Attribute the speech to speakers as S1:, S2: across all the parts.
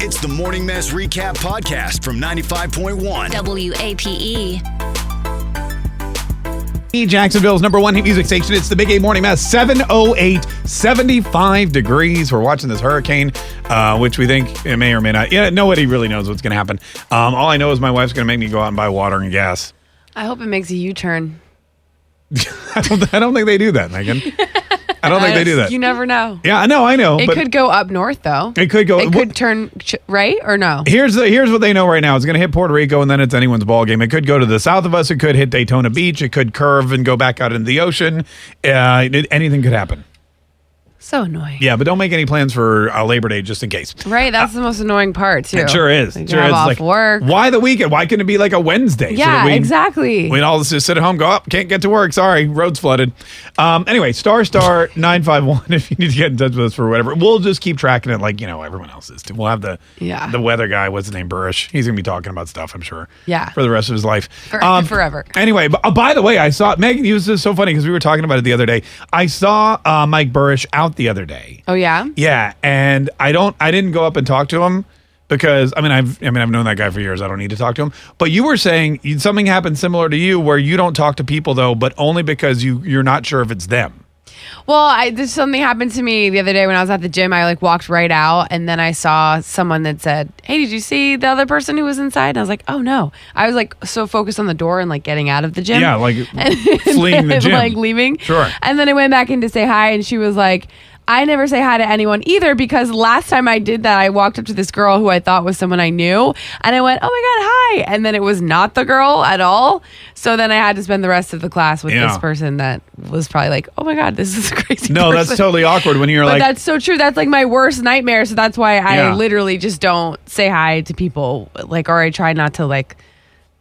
S1: It's the Morning Mess Recap Podcast from 95.1.
S2: E.
S3: WAPE.
S4: Jacksonville's number one hit music station. It's the Big A Morning Mass, 708, 75 degrees. We're watching this hurricane, uh, which we think it may or may not. Yeah, nobody really knows what's going to happen. Um, all I know is my wife's going to make me go out and buy water and gas.
S5: I hope it makes a U turn.
S4: I don't, I don't think they do that, Megan. I don't think they do that.
S5: Uh, You never know.
S4: yeah, I know, I know.
S5: it
S4: but
S5: could go up north, though.
S4: It could go-
S5: It
S4: wha-
S5: could turn ch- right or no.
S4: Here's the here's what they know right now. It's going to hit Puerto Rico, and then it's anyone's ball game. It could go to the south of us. It could hit Daytona Beach. It could curve and go back out into the ocean. Uh, it- anything could happen.
S5: So annoying.
S4: Yeah, but don't make any plans for uh, Labor Day just in case.
S5: Right. That's the most annoying part too.
S4: It sure is.
S5: Like,
S4: sure
S5: have
S4: is.
S5: off
S4: like,
S5: work.
S4: Why the weekend? Why couldn't it be like a Wednesday? so
S5: Yeah,
S4: that we-
S5: exactly.
S4: We'd all just sit at home, go up, can't get to work. Sorry, roads flooded. Um, anyway, star star nine five one. If you need to get in touch with us for whatever, we'll just keep tracking it like you know everyone else is. We'll have the
S5: Yeah.
S4: the weather guy. What's his name? Burrish. He's gonna be talking about stuff. I'm sure.
S5: Yeah.
S4: For the rest of his life. Um,
S5: For- forever.
S4: Anyway, b- uh, by the way, I saw Megan. This is so funny because we were talking about it the other day. I saw uh, Mike Burrish out the other day.
S5: oh yeah.
S4: Yeah, and I don't. I didn't go up and talk to him because I mean I've I mean I've known that guy for years. I don't need to talk to him. But you were saying you- something happened similar to you where you don't talk to people though, but only because you you're not sure if it's them.
S5: Well, I this something happened to me the other day when I was at the gym. I like walked right out and then I saw someone that said, "Hey, did you see the other person who was inside?" And I was like, "Oh no." I was like so focused on the door and like getting out of the gym.
S4: Yeah, like fleeing the gym,
S5: like leaving.
S4: Sure.
S5: And then I went back in to say hi, and she was like, I never say hi to anyone either because last time I did that, I walked up to this girl who I thought was someone I knew, and I went, Oh my God, hi. And then it was not the girl at all. So then I had to spend the rest of the class with
S4: Yeah.
S5: this person that was probably like, Oh my God, this is a crazy.
S4: No, that's
S5: person."
S4: totally awkward when you're
S5: But
S4: like
S5: that's so true. That's like my worst nightmare. So that's why I
S4: Yeah.
S5: literally just don't say hi to people, like, or I try not to, like,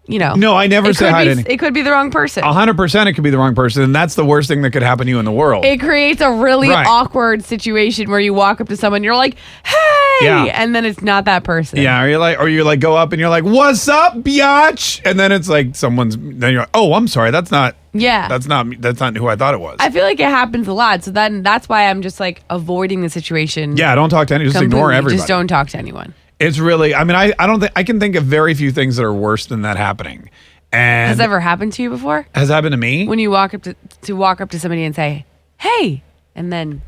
S5: you know.
S4: No, I never
S5: It
S4: say
S5: could
S4: hi
S5: be-
S4: to any-
S5: It could be the wrong person.
S4: hundred percent. It could be the wrong person, and that's the worst thing that could happen to you in the world.
S5: it creates a really
S4: Right.
S5: awkward situation where you walk up to someone, you're like, "Hey,"
S4: Yeah.
S5: and then it's not that person.
S4: yeah, or you're like, or you like go up and you're like, "What's up, biatch?" And then it's like someone's. Then you're like, "Oh, I'm sorry, that's not,
S5: yeah.
S4: that's not, me- that's not who I thought it was."
S5: I feel like it happens a lot, so then that's why I'm just like avoiding the situation.
S4: yeah, don't talk to anyone. Just ignore
S5: completely.
S4: everybody.
S5: Just don't talk to anyone.
S4: It's really. I mean, I, I don't think I can think of very few things that are worse than that happening. And
S5: Has that ever happened to you before?
S4: has happened to me.
S5: When you walk up to to walk up to somebody and say, "Hey," and then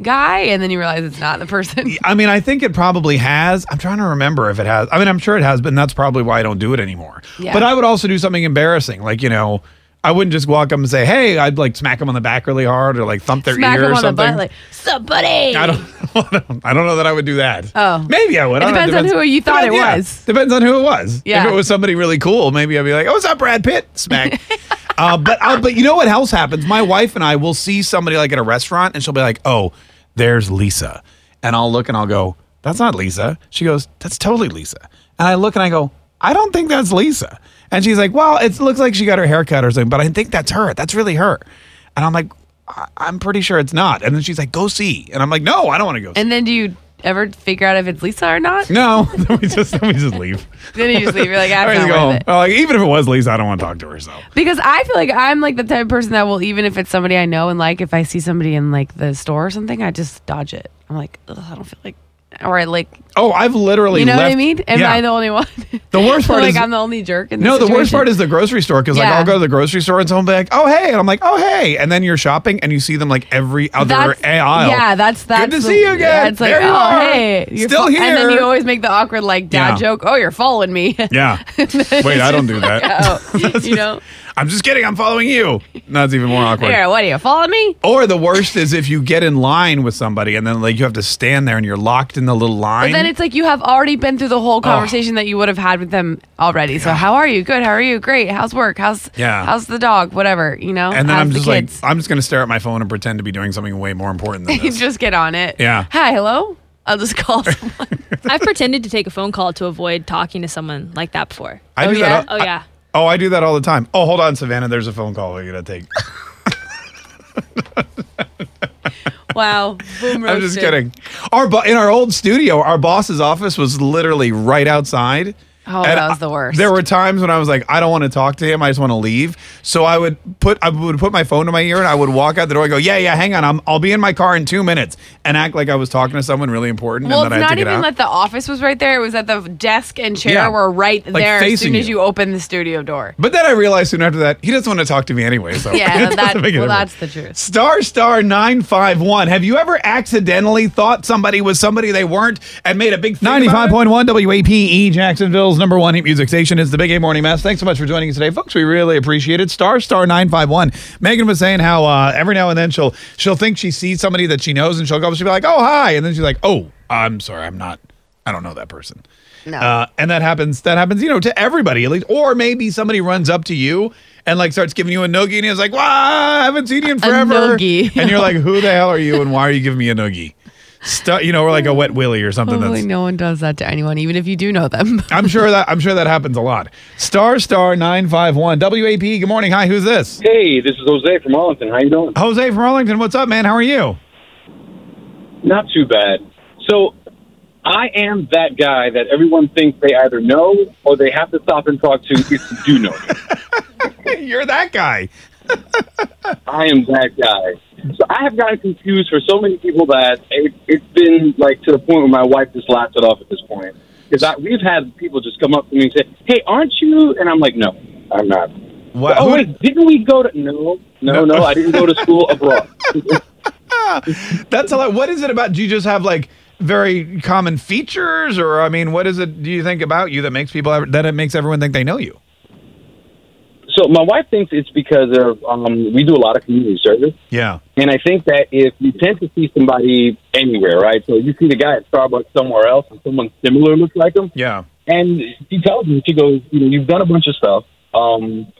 S5: guy, and then you realize it's not the person.
S4: I mean, I think it probably has. I'm trying to remember if it has. I mean, I'm sure it has, but that's probably why I don't do it anymore.
S5: Yeah.
S4: But I would also do something embarrassing, like you know, I wouldn't just walk up and say, "Hey," I'd like smack them on the back really hard, or like thump their
S5: Smack
S4: ear
S5: him
S4: or
S5: on the
S4: something.
S5: butt, like somebody.
S4: I don't. I don't know that I would do that.
S5: Oh.
S4: maybe I would. I don't know.
S5: Depends on who you thought it
S4: yeah.
S5: was.
S4: Depends on who it was.
S5: Yeah.
S4: If it was somebody really cool, maybe I'd be like, "Oh, what's up, Brad Pitt?" Smack. uh, but uh, but you know what else happens? My wife and I will see somebody like at a restaurant, and she'll be like, "Oh, there's Lisa," and I'll look and I'll go, "That's not Lisa." She goes, "That's totally Lisa," and I look and I go, "I don't think that's Lisa," and she's like, "Well, it looks like she got her hair cut or something, but I think that's her. That's really her," and I'm like. "I- I'm pretty sure it's not. And then she's like, go see. And I'm like, no, I don't want to go see.
S5: and then do you ever figure out if it's Lisa or not?
S4: No, then we just then we just leave.
S5: Then you just leave. You're like, "Ah,
S4: Or
S5: it's
S4: we go
S5: not worth
S4: home.
S5: it."
S4: Or, like, even if it was Lisa, I don't want to talk to her. So
S5: Because I feel like I'm like the type of person that will, even if it's somebody I know and like, if I see somebody in like the store or something, I just dodge it. I'm like, Ugh, I don't feel like, or I like,
S4: oh, I've literally
S5: you know
S4: left,
S5: what I mean? Am
S4: yeah.
S5: I the only one?
S4: The worst part
S5: like
S4: is-
S5: I'm the only jerk. In
S4: no,
S5: this
S4: the worst part
S5: situation.
S4: is the grocery store because like
S5: Yeah.
S4: I'll go to the grocery store and someone will be like, "Oh hey," and I'm like, "Oh hey," and then you're shopping and you see them like every other
S5: That's-
S4: aisle.
S5: Yeah, that's that's
S4: good to
S5: the-
S4: see you again.
S5: yeah, It's like,
S4: There you
S5: oh
S4: are.
S5: hey, you're
S4: still
S5: fo-
S4: here.
S5: And then you always make the awkward like dad
S4: Yeah.
S5: joke. Oh, you're following me.
S4: yeah. Wait, I don't do that.
S5: oh, you know,
S4: I'm just kidding. I'm following you. No, it's even more awkward.
S5: here, what are you following me?
S4: Or the worst is if you get in line with somebody and then like you have to stand there and you're locked in the little line.
S5: But then it's like you have already been through the
S4: Oh.
S5: whole conversation that you would have had with them already. So how are you? Good. How are you? Great. How's work? How's
S4: Yeah.
S5: How's the dog? Whatever. You know.
S4: and then
S5: how's
S4: I'm
S5: the
S4: just
S5: kids?
S4: like, I'm just gonna stare at my phone and pretend to be doing something way more important than this.
S5: just get on it.
S4: Yeah.
S5: Hi. Hello. I'll just call someone.
S3: I've pretended to take a phone call to avoid talking to someone like that before.
S4: I
S5: Oh,
S4: do
S5: yeah?
S4: that. all-
S3: Oh, yeah.
S4: I, oh, I do that all the time. Oh, hold on, Savannah. There's a phone call we're gonna take.
S5: Wow. Boom roasted.
S4: I'm just kidding. Our bo- in our old studio, our boss's office was literally right outside.
S5: Oh,
S4: And
S5: that was the
S4: I-
S5: worst.
S4: there were times when I was like, I don't want to talk to him. I just want to leave. So I would put I would put my phone to my ear and I would walk out the door and go, Yeah, yeah, hang on, I'm, I'll be in my car in two minutes, and act like I was talking to someone really important.
S5: Well,
S4: and
S5: it's
S4: then I had
S5: not
S4: to get
S5: even
S4: out.
S5: that the office was right there. It was that the desk and chair
S4: Yeah.
S5: were right
S4: Like,
S5: there as
S4: facing
S5: soon as
S4: you.
S5: you opened the studio door.
S4: But then I realized soon after that he doesn't want to talk to me anyway. So it
S5: Yeah,
S4: doesn't
S5: that,
S4: make a
S5: well,
S4: difference.
S5: that's the truth.
S4: Star Star 951. Have you ever accidentally thought somebody was somebody they weren't and made a big thing? 95.1 WAPE, E, Jacksonville's number one hit music station is the Big A Morning Mass. Thanks so much for joining us today, folks. We really appreciate it. Star Star 951. Megan was saying how uh, every now and then she'll she'll think she sees somebody that she knows and she'll go, she'll be like, oh, hi. And then she's like, oh, I'm sorry, I'm not, I don't know that person.
S5: No.
S4: Uh, and that happens. That happens, you know, to everybody at least. Or maybe somebody runs up to you and like starts giving you a noogie, and he's like, "Wow, I haven't seen you in forever."
S5: noogie.
S4: And you're like, "Who the hell are you? And why are you giving me a noogie?" Stu- you know, or like a wet willy or something.
S5: Hopefully,
S4: That's.
S5: no one does that to anyone, even if you do know them.
S4: I'm sure that I'm sure that happens a lot. Star Star nine five one WAP. Good morning. Hi, who's this?
S6: Hey, this is Jose from Arlington. How you doing?
S4: Jose from Arlington. What's up, man? How are you?
S6: Not too bad. So, I am that guy that everyone thinks they either know or they have to stop and talk to if you do know. me.
S4: You're that guy.
S6: I am that guy. So I have gotten confused for so many people that it, it's been like to the point where my wife just laughs it off at this point. Because we've had people just come up to me and say, "Hey, aren't you?" And I'm like, "No, I'm not."
S4: What?
S6: oh
S4: who-
S6: wait, didn't we go to? No, no, no. I didn't go to school abroad.
S4: That's a lot. What is it about? Do you just have like very common features, or I mean, what is it? Do you think about you that makes people ever- that it makes everyone think they know you?
S6: So my wife thinks it's because of um, we do a lot of community service.
S4: Yeah,
S6: And I think that if you tend to see somebody anywhere, right? So you see the guy at Starbucks somewhere else and someone similar looks like him.
S4: yeah.
S6: And she tells me, she goes, you know, you've done a bunch of stuff. Um,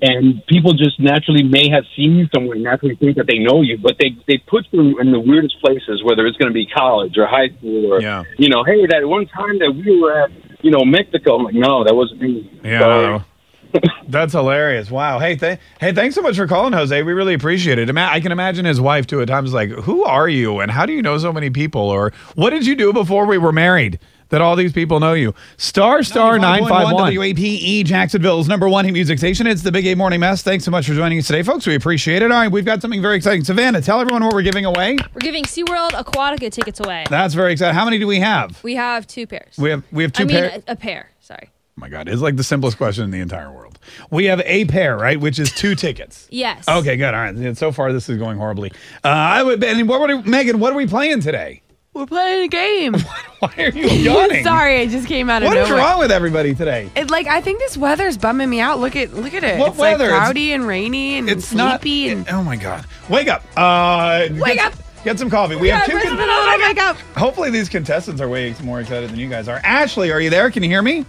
S6: and people just naturally may have seen you somewhere and naturally think that they know you, but they, they put you in the weirdest places, whether it's going to be college or high school or,
S4: Yeah.
S6: you know, hey, that one time that we were at, you know, Mexico. I'm like, no, that wasn't me.
S4: Yeah.
S6: Sorry.
S4: That's hilarious. Wow. Hey, th- hey, thanks so much for calling, Jose. We really appreciate it. Ima- I can imagine his wife too at times like, "Who are you and how do you know so many people or what did you do before we were married?" That all these people know you. Star Star 951 WAPE Jacksonville's E, number one hit music station. It's the Big A Morning Mess. Thanks so much for joining us today, folks. We appreciate it. All right, we've got something very exciting. Savannah, tell everyone what we're giving away.
S3: We're giving SeaWorld Aquatica tickets away.
S4: That's very exciting. How many do we have?
S3: We have two pairs.
S4: We have we have two
S3: I mean, uh,
S4: pair-
S3: a, a pair. Sorry.
S4: Oh my god, it's like the simplest question in the entire world. We have a pair, right? Which is two tickets.
S3: Yes.
S4: Okay, good. All right. So far, this is going horribly. Uh, I would. And what were Megan? What are we playing today?
S5: We're playing a game.
S4: Why are you yawning?
S5: Sorry, I just came out of
S4: What is
S5: nowhere.
S4: wrong with everybody today?
S5: It, like I think this weather's bumming me out. Look at look at it.
S4: What
S5: it's
S4: weather?
S5: Like
S4: It's-
S5: cloudy and rainy and
S4: It's not.
S5: sleepy and.
S4: it- oh my god! Wake up! Uh,
S5: Wake
S4: get,
S5: up!
S4: Get some coffee. We have two. con-
S5: wake up.
S4: Hopefully, these contestants are way more excited than you guys are. Ashley, are you there? Can you hear me?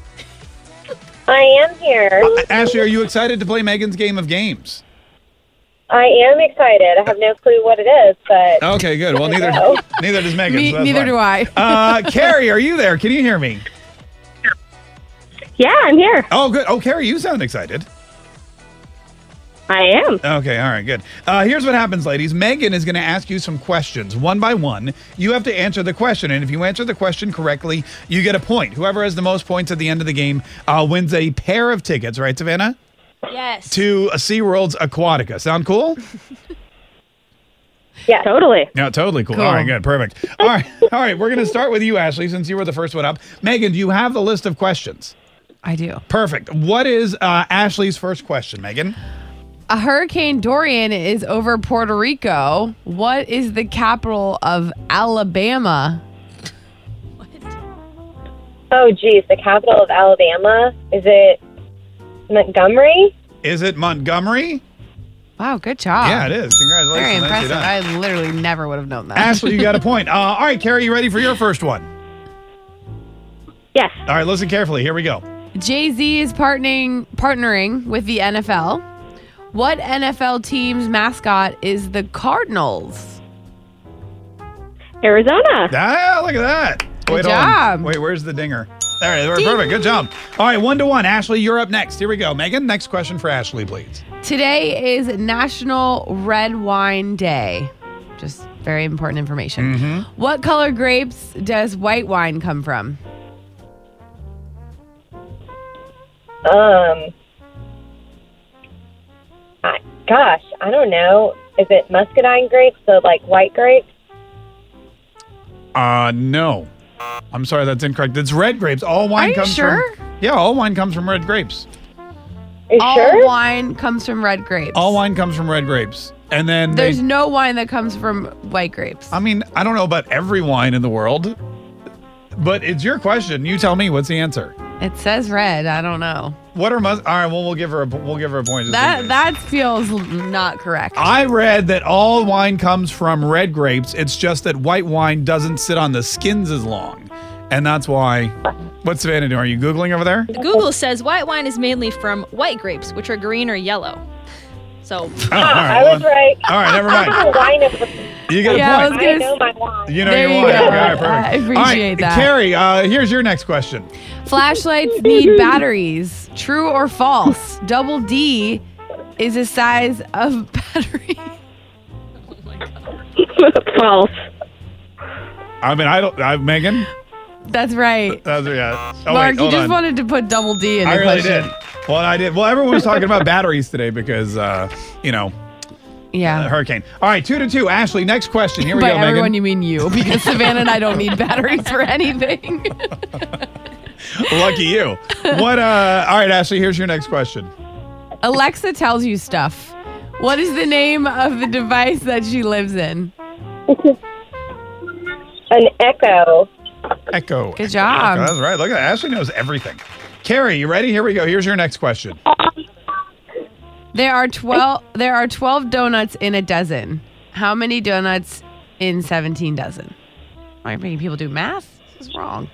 S7: I am here.
S4: Ashley, are you excited to play Megan's game of games?
S7: I am excited. I have no clue what it is, but
S4: Okay, good. Well, neither
S7: No.
S4: neither does Megan.
S5: Me,
S4: so that's
S5: neither
S4: fine.
S5: do I.
S4: Uh, Carrie, are you there? Can you hear me?
S7: yeah, I'm here.
S4: Oh, good. Oh, Carrie, you sound excited.
S7: I am.
S4: Okay, all right, good. Uh, here's what happens, ladies. Megan is going to ask you some questions one by one. You have to answer the question, and if you answer the question correctly, you get a point. Whoever has the most points at the end of the game uh, wins a pair of tickets, right, Savannah?
S3: Yes.
S4: To uh, SeaWorld's Aquatica. Sound cool?
S7: Yeah, totally.
S4: No, totally cool.
S5: Cool.
S4: All right, good, perfect. All right, all right, we're going to start with you, Ashley, since you were the first one up. Megan, do you have the list of questions?
S5: I do.
S4: Perfect. What is uh, Ashley's first question, Megan?
S5: A hurricane Dorian is over Puerto Rico. What is the capital of Alabama?
S7: Oh, geez, the capital of Alabama is it Montgomery?
S4: Is it Montgomery?
S5: Wow, good job.
S4: Yeah, it is. Congratulations.
S5: Ah. Very
S4: Nicely
S5: impressive.
S4: done.
S5: I literally never would have known that.
S4: Ashley, you got a point. Uh, all right, Carrie, you ready for your first one?
S7: Yes.
S4: All right, listen carefully. Here we go.
S5: Jay Z is partnering partnering with the NFL. What NFL team's mascot is the Cardinals?
S7: Arizona.
S4: Ah, look at that. Wait, hold on.
S5: job.
S4: Wait, where's the dinger? All right, perfect. Good job. All right, one to one. Ashley, you're up next. Here we go. Megan, next question for Ashley, please.
S5: Today is National Red Wine Day. Just very important information.
S4: Mm-hmm.
S5: What color grapes does white wine come from?
S7: Um, I, gosh, I don't know. Is it muscadine grapes, the like white grapes?
S4: Uh, no. I'm sorry, that's incorrect. It's red grapes. All wine
S5: Are you
S4: comes
S5: sure?
S4: from. Yeah, all wine comes from red grapes.
S7: Are you
S5: All
S7: sure?
S5: wine comes from red grapes.
S4: All wine comes from red grapes. And then they-
S5: There's no wine that comes from white grapes.
S4: I mean, I don't know about every wine in the world, but it's your question. You tell me what's the answer.
S5: It says red. I don't know.
S4: What are mus- All right, well, we'll give her a we'll give her a point. just in
S5: That
S4: case.
S5: that feels not correct.
S4: I read that all wine comes from red grapes. It's just that white wine doesn't sit on the skins as long. And that's why. What's Savannah doing? Are you Googling over there? Oh,
S3: Google says white wine is mainly from white grapes, which are green or yellow. So
S4: Oh, all right.
S7: I was
S4: well,
S7: right.
S4: all right, never
S7: I'm
S4: mind.
S7: a wine of-
S4: You got
S5: Yeah, I
S4: a
S5: was
S4: point.
S7: I know my wine.
S4: You know
S5: There
S4: your
S5: you
S4: wine.
S5: go.
S4: Okay, all right, perfect.
S5: I appreciate
S4: All right,
S5: that.
S4: Carrie, uh, here's your next question.
S5: Flashlights need batteries. True or false? Double D is a size of battery.
S7: False.
S4: I mean, I don't. I, Megan?
S5: That's right.
S4: That was, yeah. Oh,
S5: Mark,
S4: wait, Uh,
S5: you
S4: hold
S5: just
S4: on.
S5: wanted to put double D in the
S4: I really
S5: question.
S4: did. Well, I did. Well, everyone was talking about batteries today because, uh, you know,
S5: Yeah.
S4: a hurricane. All right, two to two. Ashley, next question. Here we
S5: By
S4: go,
S5: everyone,
S4: Megan.
S5: you mean you, because Savannah and I don't need batteries for anything.
S4: Lucky you. What? Uh, all right, Ashley. Here's your next question.
S5: Alexa tells you stuff. What is the name of the device that she lives in?
S7: An echo.
S4: Echo.
S5: Good job.
S4: Echo, That's right. Look at that. Ashley knows everything. Carrie, you ready? Here we go. Here's your next question.
S5: There are twelve. There are twelve donuts in a dozen. How many donuts in seventeen dozen? Why are you making people do math? This is wrong.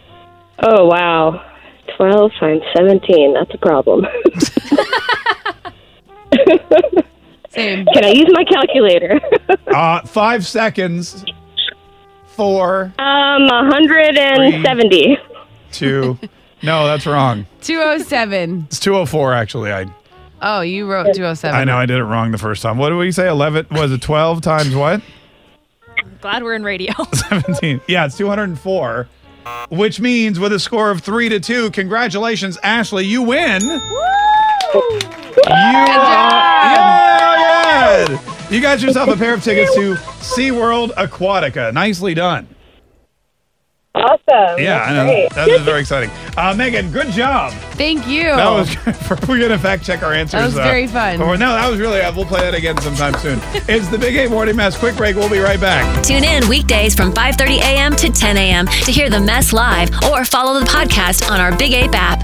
S7: Oh, wow. 12 times 17. That's a problem.
S5: Same.
S7: Can I use my calculator?
S4: Uh, five seconds. Four,
S7: um, 170.
S4: two. No, that's wrong.
S5: Two oh seven.
S4: It's 204, actually. I
S5: Oh, you wrote two oh seven.
S4: I know I did it wrong the first time. What did we say? 11, was it 12 times what?
S3: glad we're in radio.
S4: 17. Yeah, it's 204, which means with a score of three to two, congratulations, Ashley, you win. Woo! You are, yeah, yeah. You got yourself a pair of tickets to SeaWorld Aquatica. Nicely done.
S7: Awesome.
S4: Yeah,
S7: That's
S4: I know.
S7: great.
S4: That is very exciting. Uh, Megan, good job.
S5: Thank you.
S4: That was good. We're going to fact check our answers.
S5: Oh. was very fun.
S4: Or, no, that was really, uh, we'll play that again sometime soon. it's the Big 8 Morning Mess. Quick break. We'll be right back.
S2: Tune in weekdays from 5:30 a.m. to 10 a.m. to hear the mess live or follow the podcast on our Big Ape app.